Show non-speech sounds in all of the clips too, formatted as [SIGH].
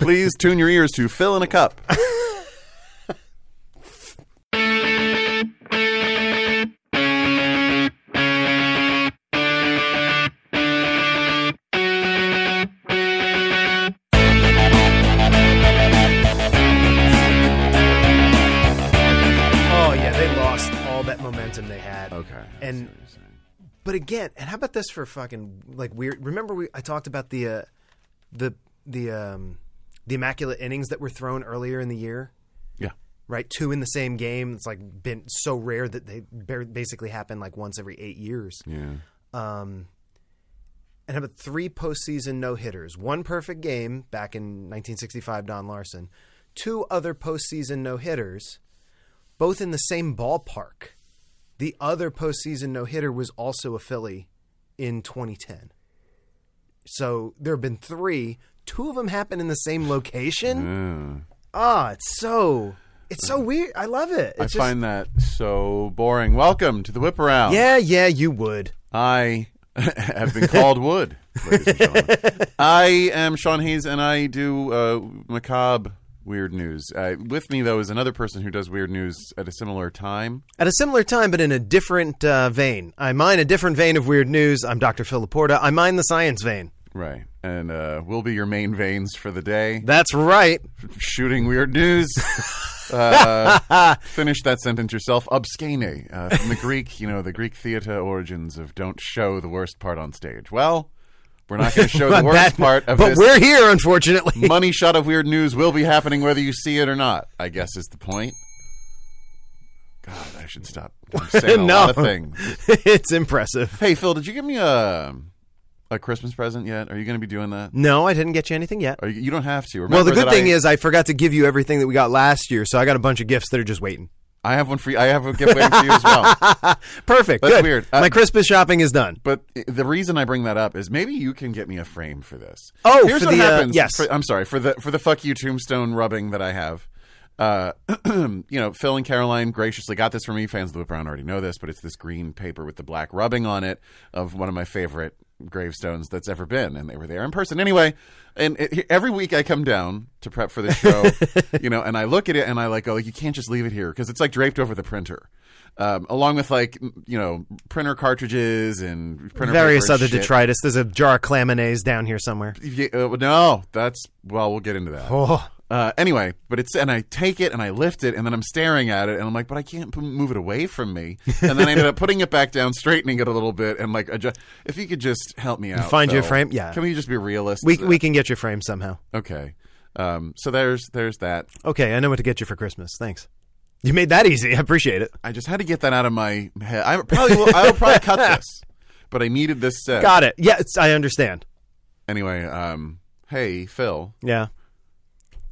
Please tune your ears to Fill in a Cup. Oh yeah, they lost all that momentum they had. Okay. And but again, and how about this for fucking like weird? Remember we I talked about the uh, the the um, the immaculate innings that were thrown earlier in the year, Yeah. right? Two in the same game. It's like been so rare that they bar- basically happen like once every eight years. Yeah. Um, and how about three postseason no hitters? One perfect game back in 1965, Don Larson. Two other postseason no hitters, both in the same ballpark. The other postseason no hitter was also a Philly in 2010. So there have been three. Two of them happened in the same Mm-hmm. location. Yeah. Ah, it's so it's so weird. I love it. It's I just, find that so boring. Welcome to the Whip Around. yeah, yeah, you would. I [LAUGHS] have been called Wood, ladies and gentlemen. I am Sean Hayes, and I do uh, macabre weird news. Uh, with me, though, is another person who does weird news at a similar time. At a similar time, but in a different uh, vein. I mine a different vein of weird news. I'm Dr. Phil Laporta. I mine the science vein. Right. And uh, we'll be your main veins for the day. That's right. Shooting weird [LAUGHS] news. uh, finish that sentence yourself. Abscene. Uh, from the Greek, you know, the Greek theater origins of don't show the worst part on stage. Well, we're not going to [LAUGHS] show the But worst that- part of but this. we're here, unfortunately. [LAUGHS] money shot of weird news will be happening whether you see it or not. I guess is the point. God, I should stop I'm saying [LAUGHS] a No. lot of things. it's impressive. Hey, Phil, did you give me a a Christmas present yet? Are you going to be doing that? No, I didn't get you anything yet. Are you, you don't have to. Remember Well, the good that thing I, is I forgot to give you everything that we got last year, so I got a bunch of gifts that are just waiting. I have one for you. I have a gift waiting for you as [LAUGHS] well. Perfect. That's good. weird. Uh, My Christmas shopping is done. But the reason I bring that up is maybe you can get me a frame for this. Oh, here's for what the, uh, happens. yes. for, I'm sorry for the for the fuck you tombstone rubbing that I have. Uh, [CLEARS THROAT] you know, Phil and Caroline graciously got this for me. Fans of the Whip Around already know this, but it's this green paper with the black rubbing on it of one of my favorite gravestones that's ever been, and they were there in person anyway. And it, every week I come down to prep for the show, [LAUGHS] you know, and I look at it and I like, oh, you can't just leave it here because it's like draped over the printer. Um, along with like m- you know printer cartridges and printer Various paper and other shit. detritus. There's a jar of claminets down here somewhere. Yeah, uh, no, that's well, we'll get into that. Oh, Uh, anyway, but it's and I take it and I lift it and then I'm staring at it and I'm like, but I can't p- move it away from me. And then I ended up putting it back down, straightening it a little bit, and like adjust. If you could just help me out, find you a Phil. frame? Yeah. Can we just be realistic? we we can get your frame somehow. okay. Um, so there's there's that. Okay, I know what to get you for Christmas. Thanks. You made that easy. [LAUGHS] I appreciate it. I just had to get that out of my head. [LAUGHS] I probably will, I will probably cut this, but I needed this set Got it. Yeah, it's, I understand. anyway. Um, hey Phil, Yeah.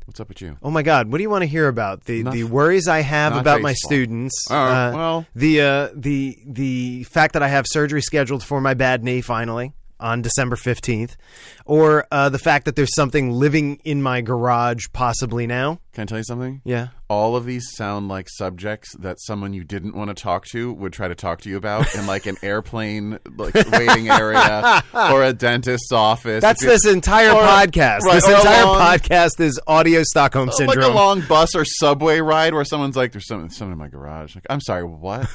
what's up with you? Oh my God! What do you want to hear about the the Nothing. worries I have Not about my baseball. students? Oh, uh, well. the uh, the the fact that I have surgery scheduled for my bad knee finally on December fifteenth, or uh, the fact that there's something living in my garage possibly now. Can I tell you something? Yeah. all of these sound like subjects that someone you didn't want to talk to would try to talk to you about in like an airplane [LAUGHS] like waiting area or a dentist's office. That's If you- this entire or- podcast. right, this or a entire long- podcast is audio Stockholm Like syndrome. a long bus or subway ride where someone's like, "There's something, something in my garage." Like, I'm sorry, [LAUGHS] what?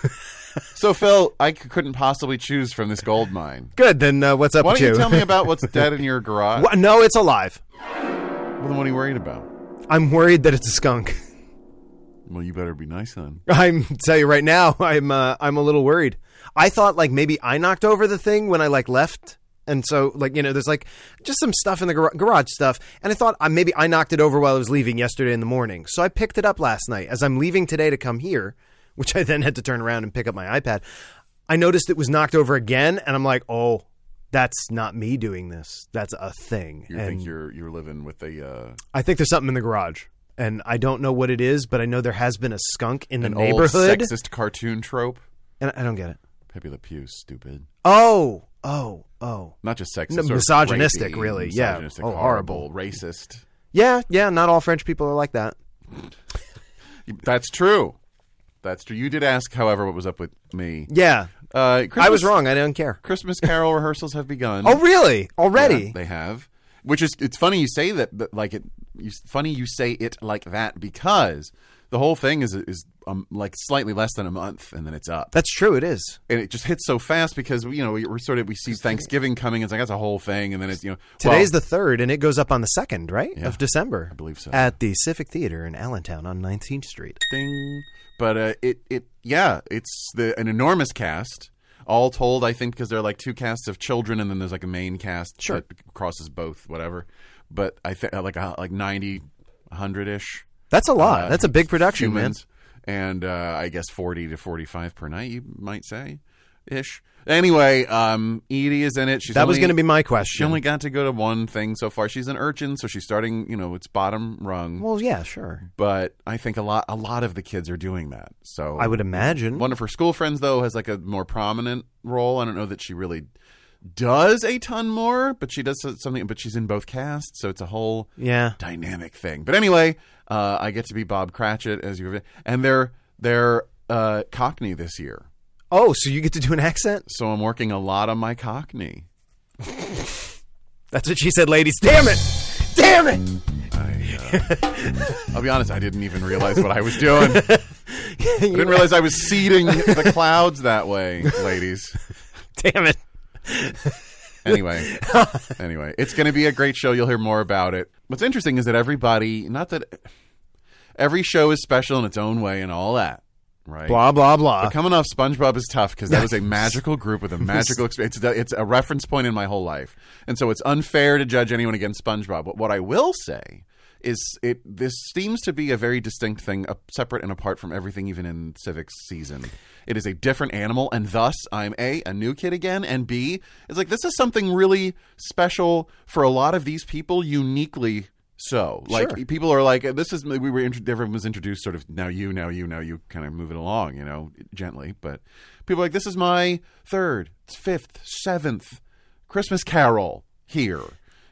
so, Phil, I c- couldn't possibly choose from this gold mine. Good. Then uh, what's up Why with don't you? you tell me about what's [LAUGHS] dead in your garage? Wha- no, it's alive. Well, then what are you worried about? I'm worried that it's a skunk. Well, you better be nice then. I'm tell you right now, [LAUGHS] I'm uh, I'm a little worried. I thought like maybe I knocked over the thing when I like left, and so like you know, there's like just some stuff in the gar- garage stuff, and I thought uh, maybe I knocked it over while I was leaving yesterday in the morning. So I picked it up last night as I'm leaving today to come here, which I then had to turn around and pick up my iPad. I noticed it was knocked over again, and I'm like, oh, that's not me doing this. That's a thing. You and think you're you're living with a uh, I think there's something in the garage. And I don't know what it is, but I know there has been a skunk in the an old neighborhood, sexist cartoon trope? and I I don't get it. Pepe Le Pew, stupid. Oh, oh, oh. not just sexist, No, sort of misogynistic, rapey, really. Yeah. misogynistic, Oh, horrible, racist. Yeah, yeah, not all French people are like that. That's true. That's true. You did ask, however, what was up with me. Yeah. Uh, Christmas, I was wrong. I didn't care. Christmas [LAUGHS] Carol rehearsals have begun. Oh, really? Already? Yeah, they have. Which is, it's funny you say that, but like it you, funny you say it like that because the whole thing is is um, like slightly less than a month and then it's up That's true. It is. and it just hits so fast because you know we, we're sort of we see Thanksgiving coming it's like that's a whole thing and then it's you know Today's well, the third, and it goes up on the second, right, Yeah. of December. I believe so. At the Civic Theater in Allentown on 19th Street. thing but uh, it it yeah it's the an enormous cast all told I think because there are like two casts of children and then there's like a main cast Sure. that crosses both whatever but I think uh, like uh, like 90 100 ish That's a lot. Uh, Ah, That's a big production, man. humans, and uh, I guess forty to forty-five per night, you might say, ish. Anyway, um, Edie is in it. She's That was only- going to be my She question. only got to go to one thing so far. She's an urchin, so she's starting. You know, it's bottom rung. well, yeah, sure. but I think a lot, a lot of the kids are doing that. So I would imagine. One of her school friends, though, has like a more prominent role. I don't know that she really does a ton more, but she does something. But she's in both casts, so it's a whole yeah. dynamic thing. But anyway, uh, I get to be Bob Cratchit as you and they're they're uh, Cockney this year, Oh, so you get to do an accent? so I'm working a lot on my Cockney. That's what she said, ladies. Damn it! Damn it! I, uh, I'll be honest, I didn't even realize what I was doing. [LAUGHS] I didn't realize I was seeding the clouds that way, ladies. Damn it! Anyway, anyway, it's going to be a great show. You'll hear more about it. What's interesting is that everybody, not that every show is special in its own way and all that, right? Blah blah blah. Coming off SpongeBob is tough because that was a magical group with a magical experience. It's, a- it's a reference point in my whole life, and so it's unfair to judge anyone against SpongeBob. But what I will say is, it this seems to be a very distinct thing, uh, separate and apart from everything, even in Civic season. It is a different animal, and thus I'm a a new kid again, and b it's like this is something really special for a lot of these people, uniquely so like Sure. people are like this is we were intro- everyone was introduced sort of now you now you now you kind of move it along you know gently but people are like this is my third fifth seventh christmas carol here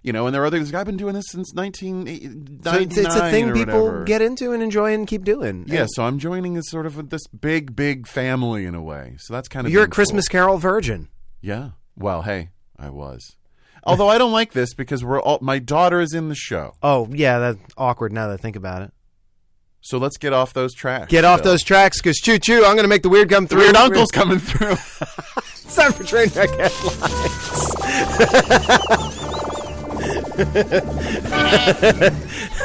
you know and there are others i've been doing this since 1999 So it's, it's a or thing people whatever. get into and enjoy and keep doing. yeah so i'm joining as sort of this big big family in a way so that's kind of You're a been cool. Christmas Carol virgin. yeah well hey i was although i don't like this because we're all my daughter is in the show Oh yeah, that's awkward now that I think about it. so let's get off those tracks Get off Bill. those tracks, cause choo choo, I'm gonna make the weird come through. Weird Uncle's coming [LAUGHS] through. It's [LAUGHS] time for train wreck headlines. [LAUGHS]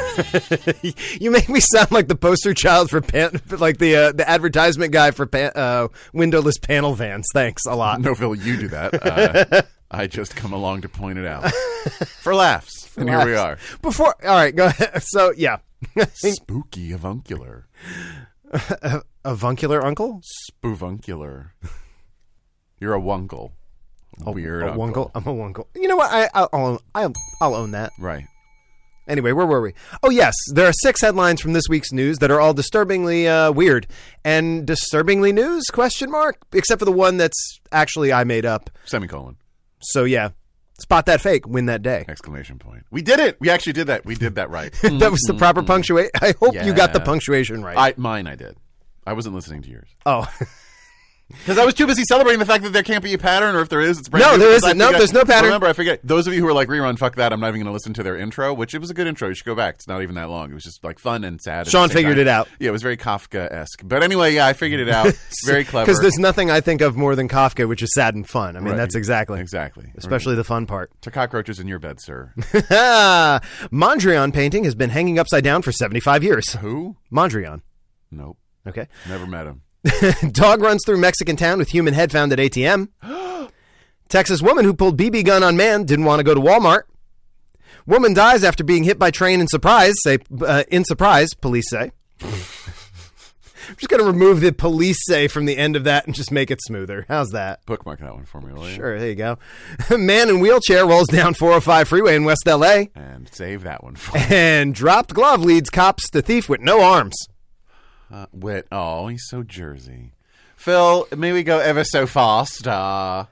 you make me sound like the poster child for pan- like the uh, the advertisement guy for pan- uh, windowless panel vans. Thanks a lot. no, Phil, you do that. [LAUGHS] Uh, I just come along to point it [LAUGHS] out for laughs. and here we are. Before, all right, go ahead. [LAUGHS] So yeah, [LAUGHS] Spooky avuncular. avuncular uncle, Spoovuncular. You're a wunkle. Weird. a uncle. wunkle. I'm a wunkle. You know what? I I'll, I'll I'll I'll own that. Right. Anyway, where were we? Oh, yes, there are six headlines from this week's news that are all disturbingly uh, weird and disturbingly news? Question mark. Except for the one that's actually I made up. Semicolon. So yeah, spot that fake, win that day. [LAUGHS] Exclamation point. We did it. We actually did that. We did that right. that was the proper punctuation. I hope you got Mm-hmm. the Yeah. punctuation right. I mine. I did. I wasn't listening to yours oh because I was too busy celebrating the fact that there can't be a pattern, or if there is, it's brand No, new, there 'cause isn't. I No, forget- there's no pattern. Remember, I forget. Those of you who are like rerun, fuck that. I'm not even going to listen to their intro, which it was a good intro. You should go back. It's not even that long. It was just like fun and sad. at the Sean same figured time. it out. Yeah, it was very Kafka esque. But anyway, yeah, I figured it [LAUGHS] out. [LAUGHS] very clever. because there's nothing I think of more than Kafka, which is sad and fun. I mean, Right. that's exactly, exactly. especially the fun part. [LAUGHS] to cockroaches in your bed, sir. Mondrian painting has been hanging upside down for 75 years. who? Mondrian. Nope. Okay. Never met him. [LAUGHS] Dog runs through Mexican town with human head found at ATM. Texas woman who pulled BB gun on man didn't want to go to Walmart. Woman dies after being hit by train in surprise. Say uh, in surprise, police say. I'm just gonna remove the police say from the end of that and just make it smoother. How's that? Bookmark that one for me, will you? Sure, there you go. [LAUGHS] Man in wheelchair rolls down 405 freeway in West LA And save that one for. and dropped glove leads cops to thief with no arms. Uh, wit. Oh, he's so Jersey. Phil, may we go ever so fast? Uh,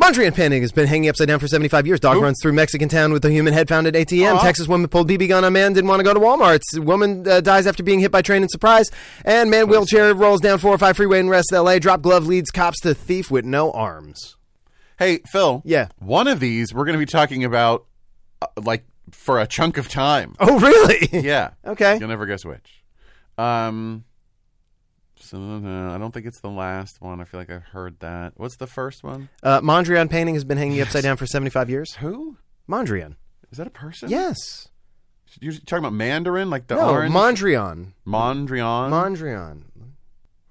Mondrian painting has been hanging upside down for 75 years. Dog runs through Mexican town with a human head found at ATM. Aw. Texas woman pulled BB gun on man, didn't want to go to Walmart. Woman uh, dies after being hit by train in surprise. And man wheelchair rolls down 405 freeway in rest LA. Drop glove leads cops to thief with no arms. [LAUGHS] Hey, Phil. Yeah. One of these, we're going to be talking about uh, like for a chunk of [LAUGHS] time. [LAUGHS] Oh, really? Yeah. okay. You'll never guess which. Um, so no, I don't think it's the last one. I feel like I've heard that. What's the first one? Uh, Mondrian painting has been hanging upside down for 75 years. Who Mondrian. is that? A person? Yes. You're talking about Mandarin, like the no, orange Mondrian. Mondrian. Mondrian.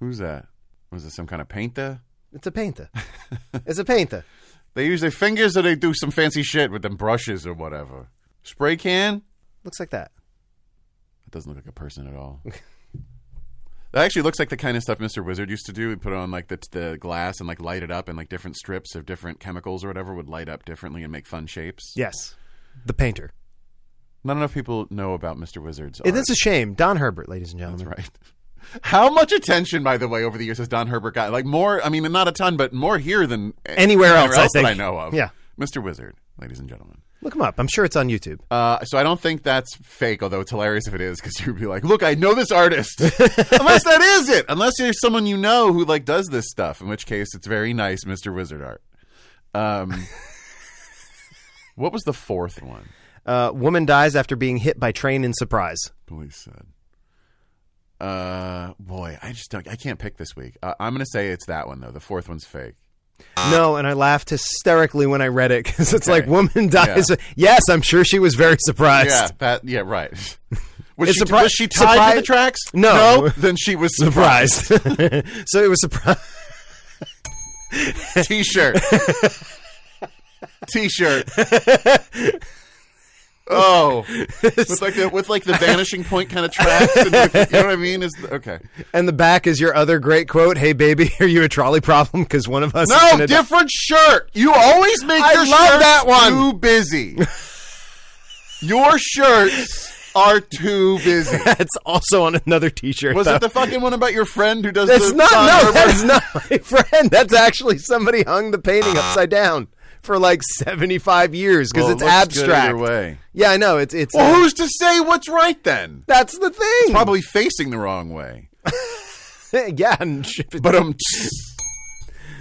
Who's that? Was it some kind of painter? It's [LAUGHS] a painter. it's a painter. They use their fingers, or they do some fancy shit with them brushes or whatever. Spray can. Looks like that. It doesn't look like a person at all. [LAUGHS] that actually looks like the kind of stuff Mr. Wizard used to do. He'd put on like the, the glass and like light it up, and like different strips of different chemicals or whatever would light up differently and make fun shapes. Yes. The painter. Not enough people know about Mr. Wizard's. It art. is a shame. Don Herbert, ladies and gentlemen. [LAUGHS] That's right. How much attention, by the way, over the years has Don Herbert got? Like more, I mean, not a ton, but more here than Anywhere else, I think. that I know of. Yeah. Mr. Wizard, ladies and gentlemen. Look him up. I'm sure it's on YouTube. Uh, so I don't think that's fake, although it's hilarious if it is, because [LAUGHS] you'd be like, "Look, I know this [LAUGHS] artist." Unless that is it. Unless there's someone you know who like does this stuff, in which case it's very nice, Mr. Wizard art. [LAUGHS] Um, what was the fourth one? Uh, woman dies after being hit by train in surprise. Police said. Uh, boy, I just don't. I can't pick this week. Uh, I'm gonna say it's that one though. The fourth one's fake. No, and I laughed hysterically when I read it because it's Okay. like woman dies. Yes, I'm sure she was very surprised. Yeah, that. Yeah, right. [LAUGHS] Was, It's she, surpri- was she tied to the surpri- tracks? No. Then she [LAUGHS] was surprised. Surprised. [LAUGHS] so it was surprise. [LAUGHS] T-shirt. T-shirt. [LAUGHS] Oh, with like the with like the vanishing point kind of tracks. And like, you know what I mean? Is okay. And the back is your other great quote. Hey, baby, are you a trolley problem? Because one of us. is No, gonna die." different shirt. You always make I your love shirts that one. too busy. Your shirts are too busy. [LAUGHS] That's also on another T-shirt. Was though. it the fucking one about your friend who does? That's the not. Don No, Herbert? that's not my friend. That's actually somebody hung the painting upside down for like seventy-five years because Ah. Well, it it's looks good either abstract. way. Yeah, I know. It's it's. uh, Well, who's to say what's right then? that's the thing. [LAUGHS] Probably facing the wrong way. yeah. and sh- But um,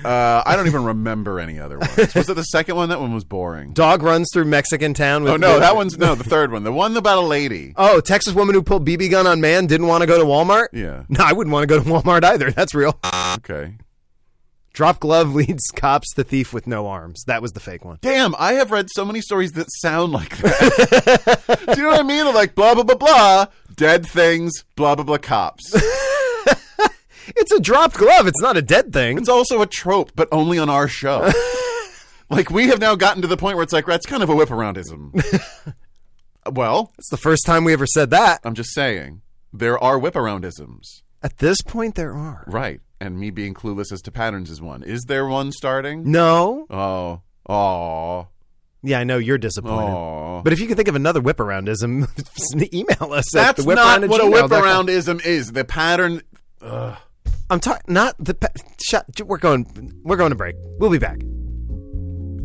uh, I don't even remember any other ones. Was it the second one? That one was boring. Dog runs through Mexican town. With Oh no, that one's no the third one. The one about a lady. Oh, Texas woman who pulled BB gun on man didn't want to go to Walmart. Yeah. [LAUGHS] No, I wouldn't want to go to Walmart either. [LAUGHS] That's real. Okay. Drop glove leads [LAUGHS] cops to thief with no arms. That was the fake one. Damn, I have read so many stories that sound like that. [LAUGHS] Do you know what I mean? Like blah blah blah blah, dead things, blah blah blah cops. It's a dropped glove. It's not a dead thing. It's also a trope, but only on our [LAUGHS] show. like we have now gotten to the point where it's like that's kind of a whip [LAUGHS] aroundism. well, It's the first time we ever said that. I'm just saying there are whip aroundisms. At this point, there are. Right. And me being clueless as to patterns is one. Is there one starting? No. Oh. Oh. Yeah, I know you're disappointed. Oh. But if you can think of another whip aroundism, [LAUGHS] email us. at That's the whip not what a whip aroundism is. The pattern I'm talking not the pa- shut. We're going. We're going to break. We'll be back.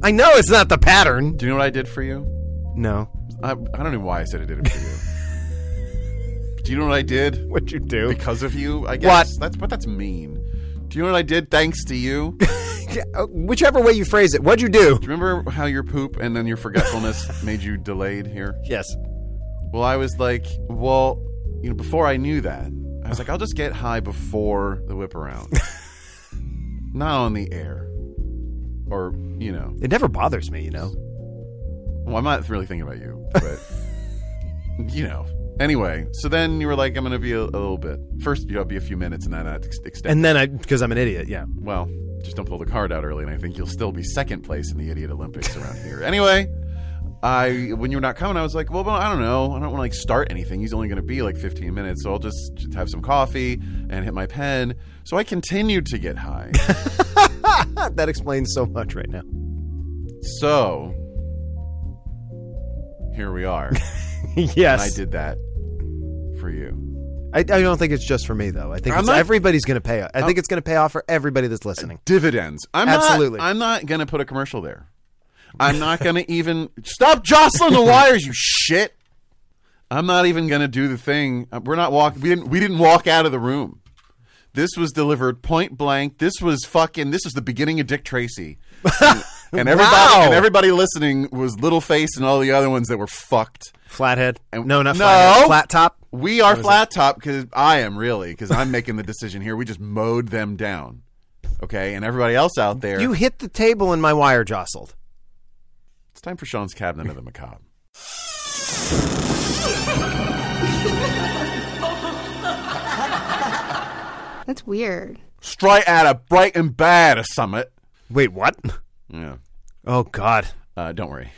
I know it's not the pattern. Do you know what I did for you? No. I, I don't know why I said I did it for you. [LAUGHS] Do you know what I did? What you do? Because of you, I guess. That's but that's mean. Do you know what I did thanks to you? Do uh, Whichever way you phrase it, what'd you do? you remember how your poop and then your forgetfulness [LAUGHS] made you delayed here? Yes. Well, I was like, well, you know, before I knew that, I was like, I'll just get high before the whip around. Not on the air. Or, you know, It never bothers me, you know. well, I'm not really thinking about you, but, you know. Anyway, so then you were like, I'm going to be a, a little bit. First, you know, be a few minutes and then I'd ex- extend. And then I, because I'm an idiot, yeah. well, just don't pull the card out early, and I think you'll still be second place in the Idiot Olympics around here. Anyway, I when you were not coming, I was like, well, well, I don't know, I don't want to like start anything. He's only going to be like 15 minutes, so I'll just, just have some coffee and hit my pen. So I continued to get high. Ah, that explains so much right now. so here we are. [LAUGHS] yes. And I did that for you. I, I don't think it's just for me though. I Oh. think I'm it's, not- everybody's going to pay. I think it's going to pay off for everybody that's listening. Dividends. I'm Absolutely. Not, I'm not going to put a commercial there. I'm not going to [LAUGHS] even stop jostling the wires, you shit. I'm not even going to do the thing. Uh, We're not walk. We didn't. We didn't walk out of the room. This was delivered point blank. This was fucking. This was the beginning of Dick [LAUGHS] Tracy. And, and everybody Wow. and everybody listening was Littleface and all the other ones that were fucked. Uh, Flathead. And- no, not No. flathead. Flat top. We are flat top because I am really because I'm making the decision here. We just mowed them down, okay? And everybody else out there, You hit the table and my wire jostled. it's time for Sean's cabinet of the macabre. That's weird. Straight out of bright and bad a summit. Wait, what? [LAUGHS] Yeah, Oh God! uh, don't worry,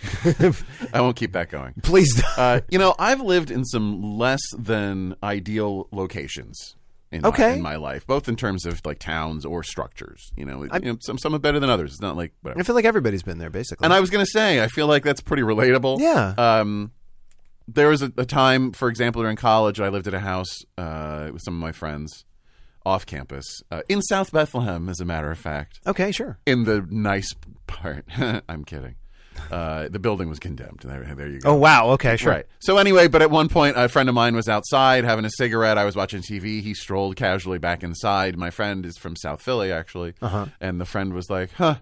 [LAUGHS] I won't keep that going. Please. [LAUGHS] don't- Uh, you know, I've lived in some less than ideal locations. In Okay. My, in my life, both in terms of like towns or structures, you know, you know some some are better than others. It's not like whatever. I feel like everybody's been there, basically. And I was going to say, I feel like that's pretty relatable. Yeah. Um, there was a, a time, for example, during college, I lived at a house uh, with some of my friends off campus uh, in South Bethlehem, as a matter of fact. okay, sure. In the nice part, [LAUGHS] I'm kidding. Uh, the building was condemned. There, there you go. Oh wow. Okay, sure. Right. So anyway, but at one point, a friend of mine was outside having a cigarette. I was watching TV. He strolled casually back inside. My friend is from South Philly, actually, Uh-huh. and the friend was like, "Huh,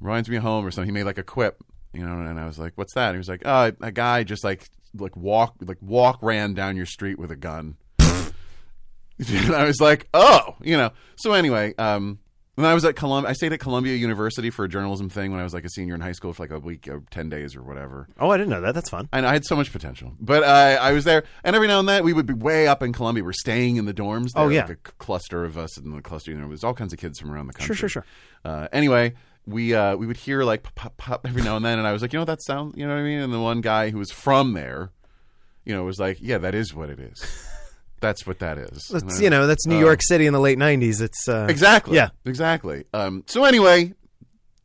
reminds me of home or something." He made like a quip, you know, and I was like, "What's that?" And he was like, "Uh, a guy just like like walk like walk ran down your street with a gun." [LAUGHS] and I was like, "Oh, you know." So anyway, um. When I was at Columbia, I stayed at Columbia University for a journalism thing when I was like a senior in high school for like a week or 10 days or whatever Oh, I didn't know that. That's fun. and I had so much potential. But uh, I was there, and every now and then we would be way up in Columbia. We're staying in the dorms. There, Oh, yeah. like a c- cluster of us in the cluster. You know, there was all kinds of kids from around the country. sure, sure. Uh, anyway, we uh, we would hear like pop, pop, pop every now and then, and I was like, you know what that sounds, you know what I mean? And the one guy who was from there, you know, was like, yeah, that is what it is. That's what that is. And I [LAUGHS] That's, you know, that's New York City in the late '90s. It's uh, Uh, Exactly. Yeah. Exactly. Um, so anyway,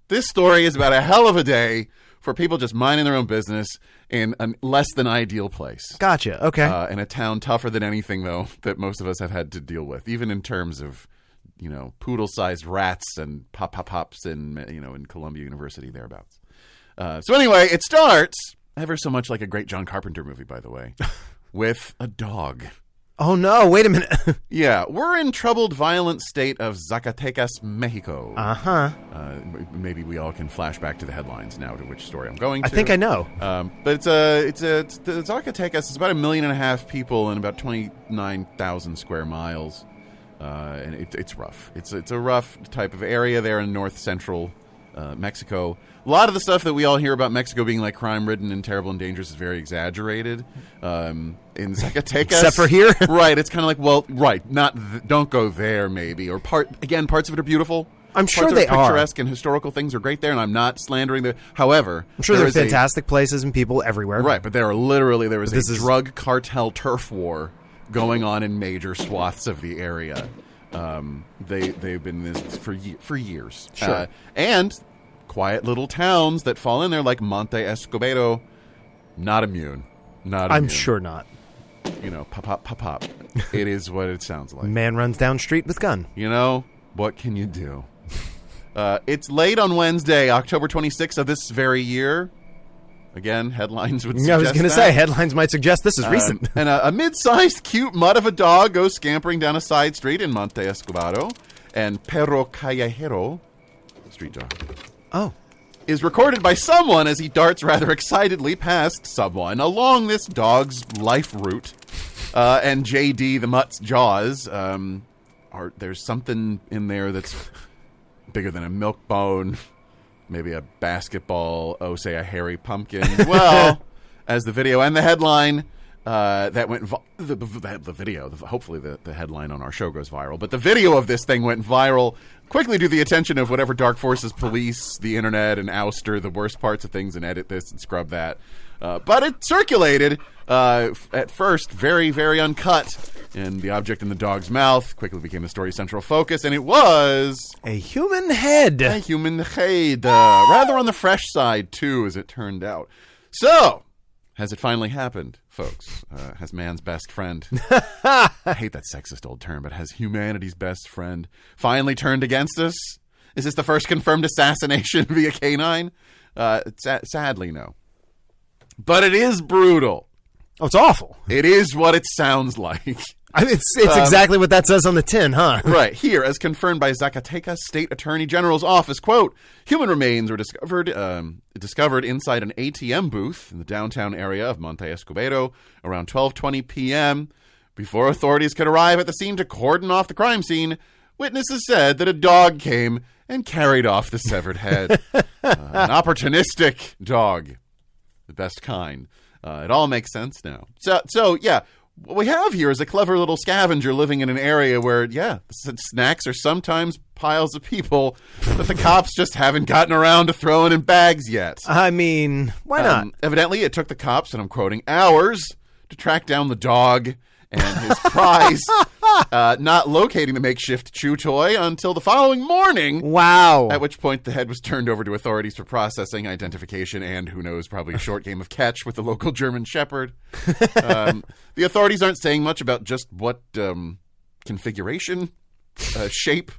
this story is about a hell of a day for people just minding their own business in a less than ideal place. Gotcha. Okay. Uh, in a town tougher than anything, though, [LAUGHS] that most of us have had to deal with, even in terms of, you know, poodle-sized rats and pop pop pops in, you know, in Columbia University thereabouts. Uh, so anyway, it starts ever so much like a great John Carpenter movie, by the [LAUGHS] way, with a dog. oh no! Wait a minute. [LAUGHS] Yeah, we're in troubled, violent state of Zacatecas, Mexico. uh huh. Uh, m- maybe we all can flash back to the headlines now to which story I'm going to. I think I know. Um, but it's a it's a it's, the Zacatecas is about a million and a half people and about twenty nine thousand square miles, uh, and it, it's rough. It's it's a rough type of area there in north central uh, Mexico. A lot of the stuff that we all hear about Mexico being like crime ridden and terrible and dangerous is very exaggerated. Um, in Zacatecas, Except for here. [LAUGHS] right? It's kind of like well, right? Not th- don't go there maybe. Or part again, parts of it are beautiful. I'm sure Parts of it they are. picturesque and historical things are great there, and I'm not slandering the. However, I'm sure there's there is a- fantastic places and people everywhere. Right, but there are literally there was This a is- drug cartel turf war going on in major swaths of the area. Um, they they've been this for ye- for years. Uh, Sure. and quiet little towns that fall in there like Monte Escobedo, not immune. Not I'm immune. sure not. you know pop pop pop pop. it is what it sounds like. Man runs down street with gun. You know, what can you do? [LAUGHS] Uh, it's late on Wednesday, October 26th of this very year. Again, headlines would Yeah, [LAUGHS] I was suggest going to that. say headlines might suggest this is recent. [LAUGHS] Um, and a, a mid-sized, cute mutt of a dog goes scampering down a side street in Monte Escobedo, and Perro Callejero, street dog, Oh, is recorded by someone as he darts rather excitedly past someone along this dog's life route. Uh, and JD the mutt's jaws um, are there's something in there that's bigger than a milk bone, maybe a basketball. Oh, say a hairy pumpkin. [LAUGHS] Well, as the video and the headline. Uh, that went vi- the, the, the video. The, hopefully, the, the headline on our show goes viral. But the video of this thing went viral quickly to the attention of whatever dark forces police the internet and ouster the worst parts of things and edit this and scrub that. Uh, but it circulated uh, f- at first very, very uncut, and the object in the dog's mouth quickly became the story's central focus, and it was a human head. a human head, uh, rather on the fresh side too, as it turned out. So, has it finally happened, folks? Uh, has man's best friend? I hate that sexist old term, but has humanity's best friend finally turned against us? Is this the first confirmed assassination [LAUGHS] via canine? Uh, sa- sadly, no. But it is brutal. Oh, it's awful. It is what it sounds like. I mean, it's Um, it's exactly what that says on the tin, huh? [LAUGHS] [LAUGHS] Right here, as confirmed by Zacatecas State Attorney General's office, quote: "Human remains were discovered um, discovered inside an ATM booth in the downtown area of Monte Escobedo around 12:20 p.m. Before authorities could arrive at the scene to cordon off the crime scene, witnesses said that a dog came and carried off the severed head. Uh, an opportunistic dog, the best kind. Uh, it all makes sense now. So, so yeah." What we have here is a clever little scavenger living in an area where, yeah, s- snacks are sometimes piles of people that the cops just haven't gotten around to throwing in bags yet. I mean, why not? Um, evidently, it took the cops, and I'm quoting, hours to track down the dog and his prize, uh, not locating the makeshift chew toy until the following morning. Wow. At which point, the head was turned over to authorities for processing, identification, and who knows, probably a short game of catch with the local German Shepherd. Um, the authorities aren't saying much about just what um, configuration, uh, shape,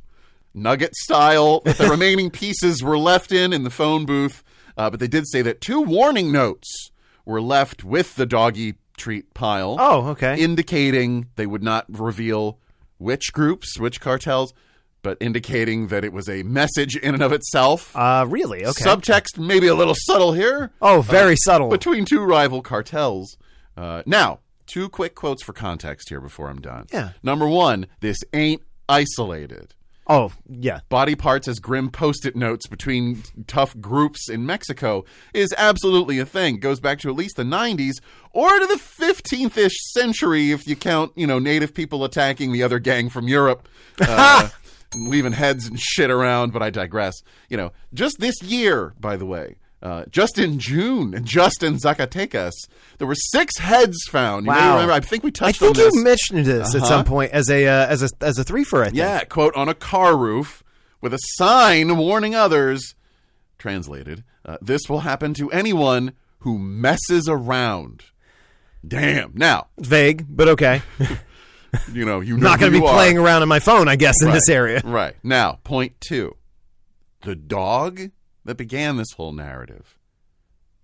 nugget style that the remaining pieces were left in in the phone booth, uh, but they did say that two warning notes were left with the doggy treat pile oh, okay. indicating they would not reveal which groups, which cartels, but indicating that it was a message in and of itself. uh, really? Okay. Subtext, maybe a little subtle here, oh, very subtle. between two rival cartels. Uh, now, two quick quotes for context here before I'm done. Yeah. Number one, this ain't isolated. oh, yeah. Body parts as grim post-it notes between tough groups in Mexico is absolutely a thing. Goes back to at least the 90s or to the 15th-ish century if you count, you know, native people attacking the other gang from Europe. [LAUGHS] Uh, leaving heads and shit around, but I digress. You know, just this year, by the way, uh, just in June, and just in Zacatecas, there were six heads found. You may Wow. remember, I think we I touched think on you this. Uh-huh. mentioned this at some point as a uh, as a as a three for I think. Yeah, quote on a car roof with a sign warning others. Translated, uh, this will happen to anyone who messes around. Damn. Now Vague, [LAUGHS] but okay. you know [LAUGHS] you know Not going who to be you are. playing around on my phone, I guess, in this Right, [LAUGHS] area. Right now, point two: the dog that began this whole narrative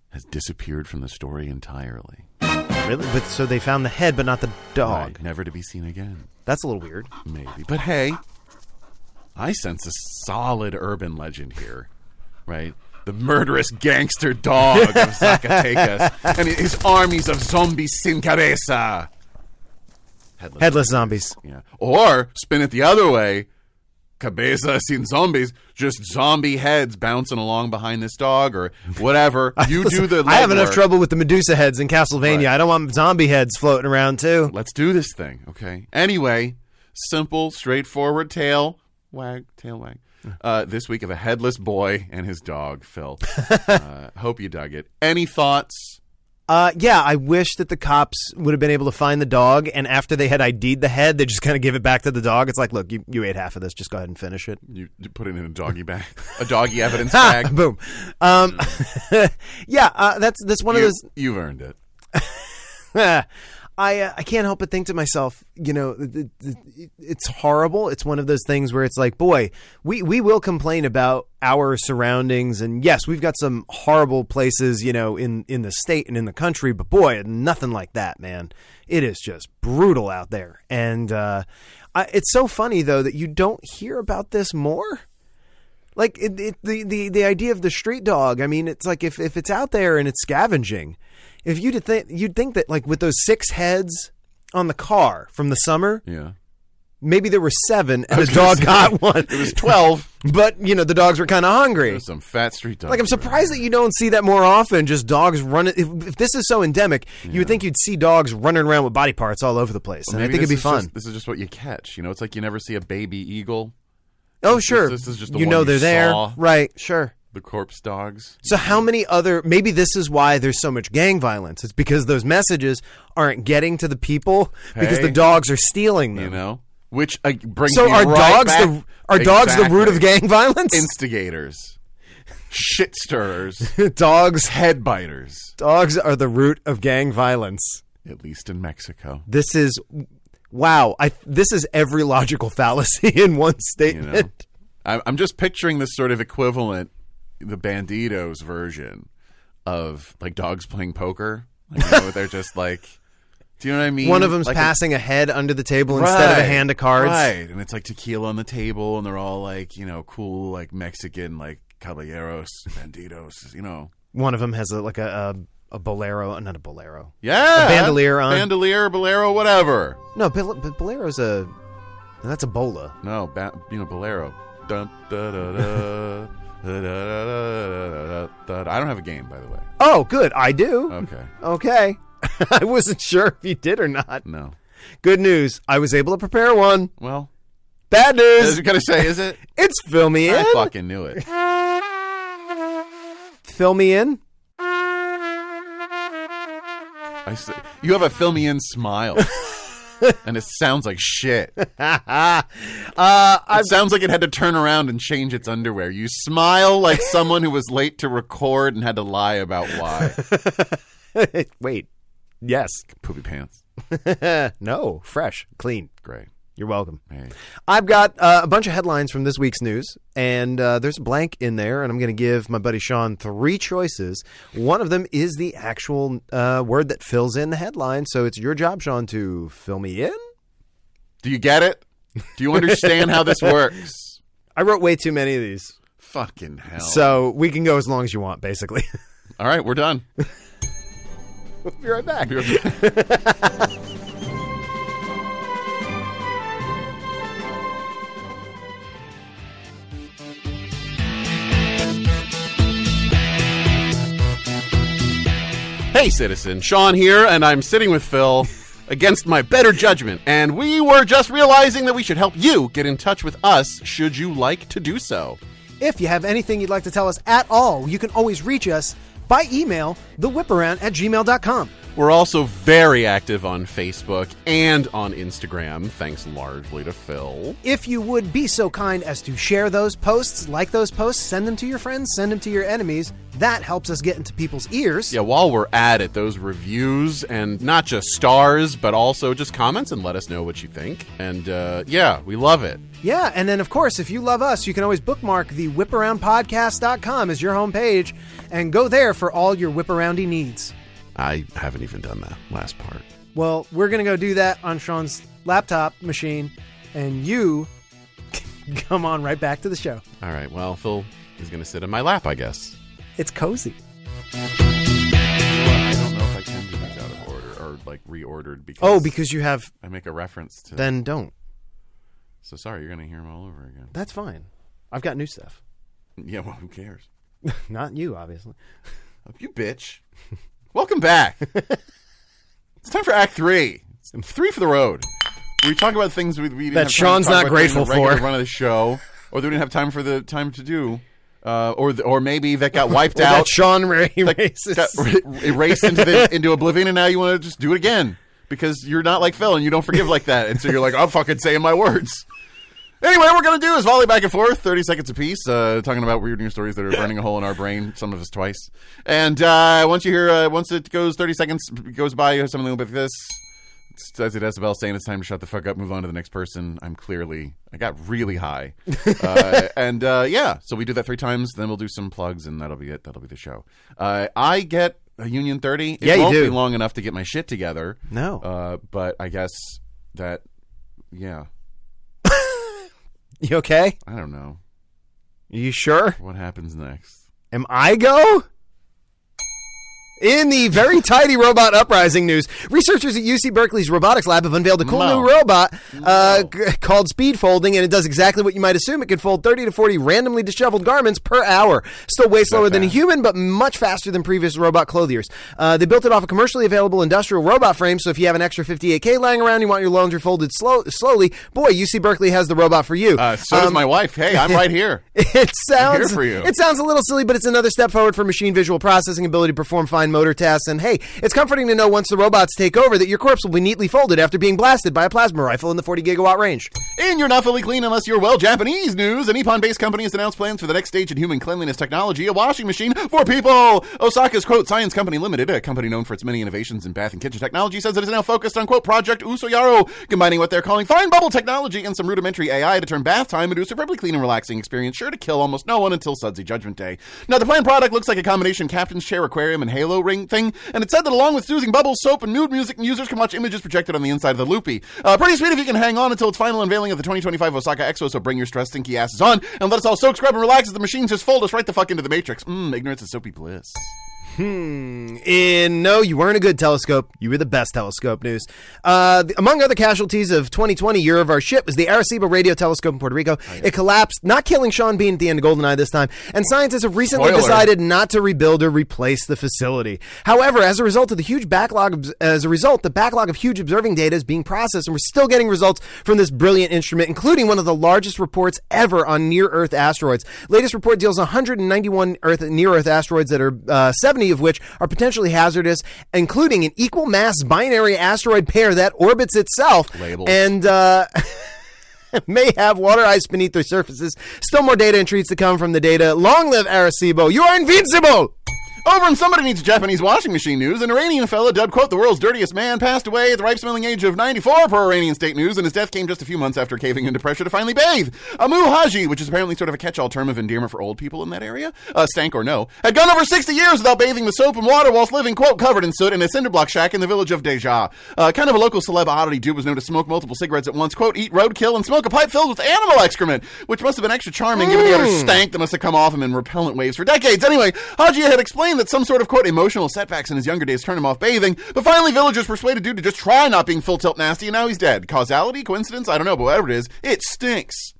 has disappeared from the story entirely. Really? But so they found the head, but not the dog. Right, never to be seen again. That's a little weird. maybe. But hey, I sense a solid urban legend here, right? The murderous gangster [LAUGHS] dog of Zacatecas and his armies of zombies sin cabeza. Headless. Headless zombies. Yeah. Or spin it the other way. Cabeza sin zombies, just zombie heads bouncing along behind this dog or whatever. You do the. [LAUGHS] I have enough legwork. trouble with the Medusa heads in Castlevania. I don't want zombie heads floating around too. Let's do this thing, okay? Anyway, simple, straightforward tale. Wag, tail wag. Uh, this week of a headless boy and his dog, [LAUGHS] Phil. uh, hope you dug it. Any thoughts? Uh, yeah, I wish that the cops would have been able to find the dog, and after they had ID'd the head, they just kind of give it back to the dog. It's like, look, you, you ate half of this. Just go ahead and finish it. Ah, You you put it in a doggy bag, a [LAUGHS] doggy evidence bag. Boom. Um, [LAUGHS] yeah, uh, that's that's one of You, those. you've earned it. I uh, I can't help but think to myself, you know, th- th- th- it's horrible. It's one of those things where it's like, boy, we we will complain about our surroundings, and yes, we've got some horrible places, you know, in in the state and in the country, but boy, nothing like that, man. It is just brutal out there, and uh, I, it's so funny though that you don't hear about this more like it, it, the, the the idea of the street dog. I mean, it's like if, if it's out there and it's scavenging, if you would think you'd think that like with those six heads on the car from the summer, Yeah. maybe there were seven [LAUGHS] and the dog got one. It was 12. [LAUGHS] but you know the dogs were kind of hungry. There's some fat street dog. Like I'm surprised that you don't see that more often. Just dogs running. If, if this is so endemic, you would think you'd see dogs running around with body parts all over the place, and I think it'd be fun. this is just what you catch. You know, it's like you never see a baby eagle, oh this- sure, this is just the you one know you they're there, saw. right? Sure. the corpse dogs. So how many other maybe this is why there's so much gang violence. It's because those messages aren't getting to the people because Hey. the dogs are stealing them. You know, which uh, brings so me are right dogs back- the are dogs the root of Exactly. gang violence? instigators, shit stirrers, [LAUGHS] dogs head biters. dogs are the root of gang violence. At least in Mexico, This is wow, I this is every logical fallacy [LAUGHS] in one you statement. know. I'm I'm just picturing this sort of equivalent, the Bandidos version of like dogs playing poker. Like, you know, they're just like Do you know what I mean? One of them's Like a- passing a, head under the table instead of a Right, hand of cards. Right. And it's like tequila on the table, and they're all like, you know, cool, like Mexican, like caballeros, bandidos, you know. One of them has a, like a, a a bolero, not a bolero. Yeah. A bandolier on. Bandolier, bolero, whatever. No, bol- but bolero's a no, that's a bola. No, ba- you know, bolero. Dun, da, da, [LAUGHS] da, da, da, da, da, da, da. I don't have a game, by the way. Oh, good, I do. Okay. okay, [LAUGHS] I wasn't sure if you did or not. No. Good news, I was able to prepare one. Well, Bad I was news, going to say, is it? it's fill me in. I fucking knew it. Fill me in. [LAUGHS] I s- you have a fill me in smile. and it sounds like shit. It uh, I [LAUGHS] sounds like it had to turn around and change its underwear. You smile like someone who was late to record and had to lie about why. wait. Yes. [LAUGHS] Poopy pants. no. Fresh. Clean. Great. You're welcome. Hey. I've got uh, a bunch of headlines from this week's news, and uh, there's a blank in there, and I'm going to give my buddy Sean three choices. One of them is the actual uh, word that fills in the headline, so it's your job, Sean, to fill me in. Do you get it? Do you understand how this works? I wrote way too many of these, Fucking hell. so we can go as long as you want, basically. [LAUGHS] All right, we're done. we'll be right back. Be right back. [LAUGHS] hey, citizen. Sean here, and I'm sitting with Phil against my better judgment. And we were just realizing that we should help you get in touch with us should you like to do so. If you have anything you'd like to tell us at all, you can always reach us by email, thewhiparound at gmail.com. We're also very active on Facebook and on Instagram, thanks largely to Phil. If you would be so kind as to share those posts, like those posts, send them to your friends, send them to your enemies, that helps us get into people's ears. Yeah, while we're at it, those reviews and not just stars, but also just comments and let us know what you think. And uh, yeah, we love it. Yeah, and then of course, if you love us, you can always bookmark the whiparoundpodcast.com as your homepage and go there for all your whiparoundy needs. I haven't even done that last part. Well, we're going to go do that on Sean's laptop machine, and you [LAUGHS] come on right back to the show. All right, well, Phil is going to sit in my lap, I guess. It's cozy. I don't know if I can do these out of order or like reordered because Oh, because you have. I make a reference to. Then don't. so sorry, you're going to hear them all over again. [LAUGHS] That's fine. I've got new stuff. [LAUGHS] Yeah, well, who cares? Not you, obviously. You bitch. Welcome back. it's time for Act Three. It's Three for the road. We talk about things we, we didn't That have time to Sean's talk not about during grateful the regular for. Run of the show, or that we didn't have time for the time to do, uh, or the, or maybe that [LAUGHS] got wiped Or out, that Sean Ray racist. got r- [LAUGHS] erased into the, into oblivion, and now you want to just do it again because you're not like Phil and you don't forgive like that, and so you're like, I'm fucking saying my words. Anyway, what we're gonna do is volley back and forth, thirty seconds apiece, uh, talking about weird news stories that are burning a hole in our brain. Some of us twice. And uh, once you hear, uh, once it goes thirty seconds goes by, you have something a little bit like this. It's Desi Decibel saying it's time to shut the fuck up, move on to the next person. I'm clearly, I got really high, [LAUGHS] uh, and uh, yeah. So we do that three times. Then we'll do some plugs, and that'll be it. That'll be the show. Uh, I get a Union thirty. It Yeah, you won't do. Be long enough to get my shit together. No. uh, but I guess that, yeah. you okay? I don't know. You sure? What happens next? Am I go? In the very tidy robot uprising news, researchers at UC Berkeley's robotics lab have unveiled a cool No. new robot No. uh, g- called Speed Folding, and it does exactly what you might assume. It can fold 30 to 40 randomly disheveled garments per hour. Still way slower than a fast. human, but much faster than previous robot clothiers. Uh, they built it off a commercially available industrial robot frame, so if you have an extra 58K lying around, you want your laundry folded slow- slowly, boy, UC Berkeley has the robot for you. Uh, so Um, does my wife. Hey, I'm right here. it sounds for you. it sounds a little silly, but it's another step forward for machine visual processing ability to perform fine motor tasks. And hey, it's comforting to know once the robots take over that your corpse will be neatly folded after being blasted by a plasma rifle in the 40 gigawatt range. And you're not fully clean unless you're well Japanese news. An Nippon based company has announced plans for the next stage in human cleanliness technology, a washing machine for people. Osaka's Quote Science Company Limited, a company known for its many innovations in bath and kitchen technology, says it is now focused on, quote, Project Usoyaro, combining what they're calling fine bubble technology and some rudimentary AI to turn bath time into a superbly clean and relaxing experience, sure to kill almost no one until Sudsy Judgment Day. Now, the planned product looks like a combination Captain's Chair Aquarium and Halo low ring thing, and it said that along with soothing bubbles, soap, and nude music, users can watch images projected on the inside of the loopy. Uh, pretty sweet if you can hang on until its final unveiling of the 2025 Osaka Expo, so bring your stress stinky asses on and let us all soak, scrub, and relax as the machines just fold us right the fuck into the matrix. Mmm, ignorance is soapy bliss. In no, you weren't a good telescope. You were the best telescope news. Uh, the- among other casualties of 2020 year of our ship was the Arecibo radio telescope in Puerto Oh, Rico. It collapsed, not killing Sean Bean at the end of GoldenEye this time. And scientists have recently Spoiler. decided not to rebuild or replace the facility. However, as a result of the huge backlog, as a result, the backlog of huge observing data is being processed, and we're still getting results from this brilliant instrument, including one of the largest reports ever on near-Earth asteroids. Latest report deals 191 Earth near-Earth asteroids that are uh, 70 of which are potentially hazardous, including an equal mass binary asteroid pair that orbits itself Labels. and. Uh, [LAUGHS] may have water ice beneath their surfaces. Still more data and treats to come from the data. Long live Arecibo. You are invincible! Over in Somebody Needs a Japanese Washing Machine News, an Iranian fella dubbed, quote, the world's dirtiest man, passed away at the ripe smelling age of 94 per Iranian state news, and his death came just a few months after caving into pressure to finally bathe. Amu Haji, which is apparently sort of a catch all term of endearment for old people in that area, uh, stank or no, had gone over 60 years without bathing with soap and water whilst living, quote, covered in soot in a cinder block shack in the village of Deja. Uh, kind of a local celeb oddity dude was known to smoke multiple cigarettes at once, quote, eat roadkill, and smoke a pipe filled with animal excrement, which must have been extra charming given the other stank that must have come off him in repellent waves for decades. Anyway, Haji had explained that some sort of quote emotional setbacks in his younger days turned him off bathing, but finally villagers persuaded dude to just try not being full tilt nasty, and now he's dead. Causality, coincidence, I don't know, but whatever it is, it stinks.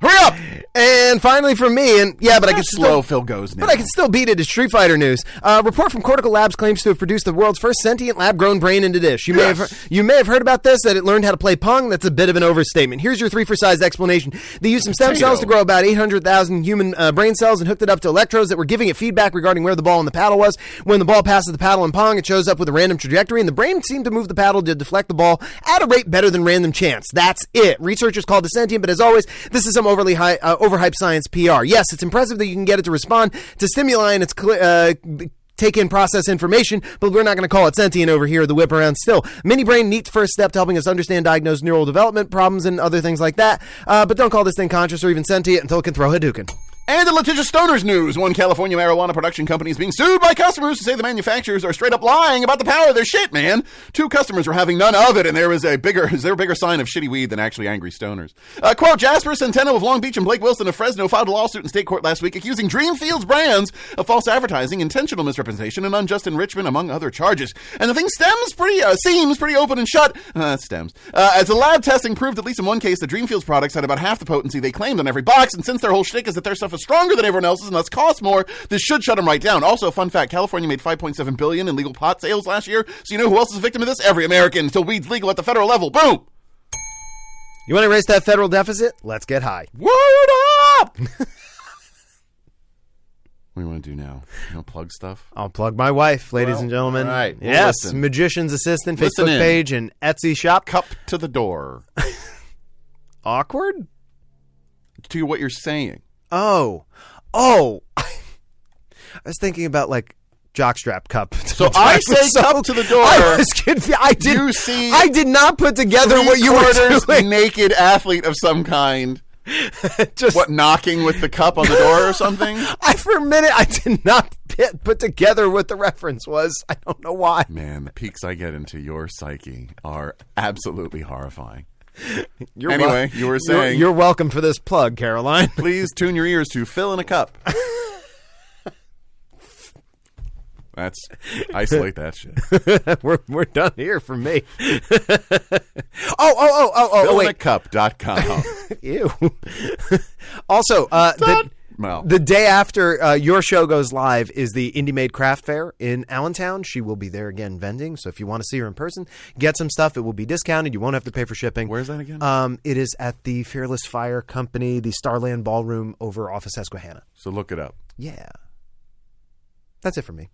Hurry up! And finally, from me, and yeah, but I can slow still. Phil goes now. But I can still beat it as Street Fighter news. A report from Cortical Labs claims to have produced the world's first sentient lab-grown brain into dish. You may Yes. have you may have heard about this that it learned how to play pong. That's a bit of an overstatement. Here's your three for size explanation. They used some stem Potato. cells to grow about 800,000 human uh, brain cells and hooked it up to electrodes that were giving it feedback regarding where the ball and the paddle was. When the ball passes the paddle in pong, it shows up with a random trajectory, and the brain seemed to move the paddle to deflect the ball at a rate better than random chance. That's it. Researchers called it sentient, but as always, this is some overly high, uh, overhyped science PR. Yes, it's impressive that you can get it to respond to stimuli and it's cli uh, b- take in process information, but we're not going to call it sentient over here, the whip around still. Mini brain, neat first step to helping us understand diagnose neural development problems and other things like that, uh, but don't call this thing conscious or even sentient until it can throw Hadouken. And in litigious stoners news, one California marijuana production company is being sued by customers who say the manufacturers are straight up lying about the power of their shit, man. Two customers were having none of it, and there was a bigger [LAUGHS] is there a bigger sign of shitty weed than actually angry stoners. Uh, quote: Jasper Centeno of Long Beach and Blake Wilson of Fresno filed a lawsuit in state court last week accusing Dreamfields Brands of false advertising, intentional misrepresentation, and unjust enrichment, among other charges. And the thing stems pretty uh, seems pretty open and shut. Uh, stems uh, as the lab testing proved, at least in one case, the Dreamfields products had about half the potency they claimed on every box. And since their whole shtick is that their stuff is stronger than everyone else's and thus costs more, this should shut them right down. Also, fun fact: California made 5.7 billion in legal pot sales last year. So you know who else is a victim of this? Every American until weed's legal at the federal level. Boom. You want to raise that federal deficit? Let's get high. Word up. what do you want to do now? You know, plug stuff. I'll plug my wife, ladies Well, and gentlemen. all right. We'll yes, listen. magician's assistant, Listen Facebook in. page, and Etsy shop. Cup to the door Awkward. to what you're saying. Oh, oh. [LAUGHS] I was thinking about like jockstrap cup. [LAUGHS] So I say So cup to the door. I was confused. I did. You see I did not put together what you were Three-quarters doing. naked athlete of some kind. [LAUGHS] Just What knocking with the cup on the door or something? [LAUGHS] I for a minute I did not pit- put together what the reference was. I don't know why. Man, the peaks I get into your psyche are absolutely horrifying. You're Anyway, you were you're- saying- you're welcome for this plug, Caroline. [LAUGHS] Please tune your ears to fill in a cup. That's isolate that [LAUGHS] shit. Oh, we're we're done here for me. [LAUGHS] oh oh oh oh oh, oh wait. [LAUGHS] Fillinacup.com. Ew. [LAUGHS] also, uh, the, Well. the day after uh, your show goes live is the Indie Made Craft Fair in Allentown. She will be there again vending. So if you want to see her in person, get some stuff. It will be discounted. You won't have to pay for shipping. Where's that again? Um, it is at the Fearless Fire Company, the Starland Ballroom over off of Susquehanna. So look it up. Yeah. That's it for me.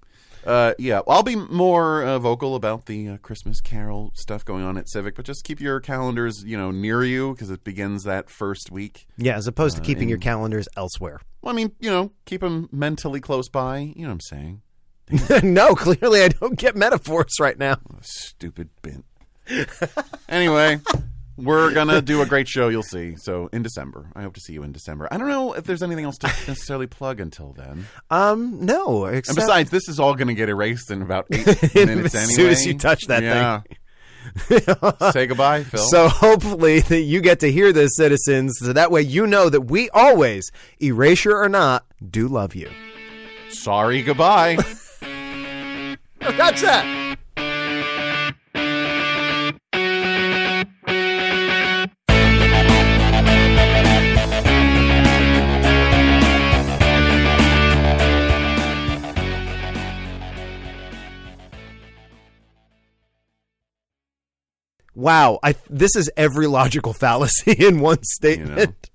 Uh, yeah, I'll be more uh, vocal about the uh, Christmas Carol stuff going on at Civic, but just keep your calendars, you know, near you because it begins that first week. Yeah, as opposed to keeping your calendars elsewhere. Well, I mean, you know, keep them mentally close by. You know what I'm saying? [LAUGHS] no, clearly I don't get metaphors right now. Stupid bent. [LAUGHS] anyway, We're gonna do a great show. You'll see. So in December, I hope to see you in December. I don't know if there's anything [LAUGHS] else to necessarily plug until then. Um, no. And Except besides, this is all gonna get erased in about [LAUGHS] eight minutes. As anyway. soon as you touch that yeah. [LAUGHS] Say goodbye, Phil. So [LAUGHS] hopefully that you get to hear this, citizens, so that way you know that we always, erasure or not, do love you. sorry, goodbye. That's that. [LAUGHS] Wow, I, this is every logical fallacy in one statement.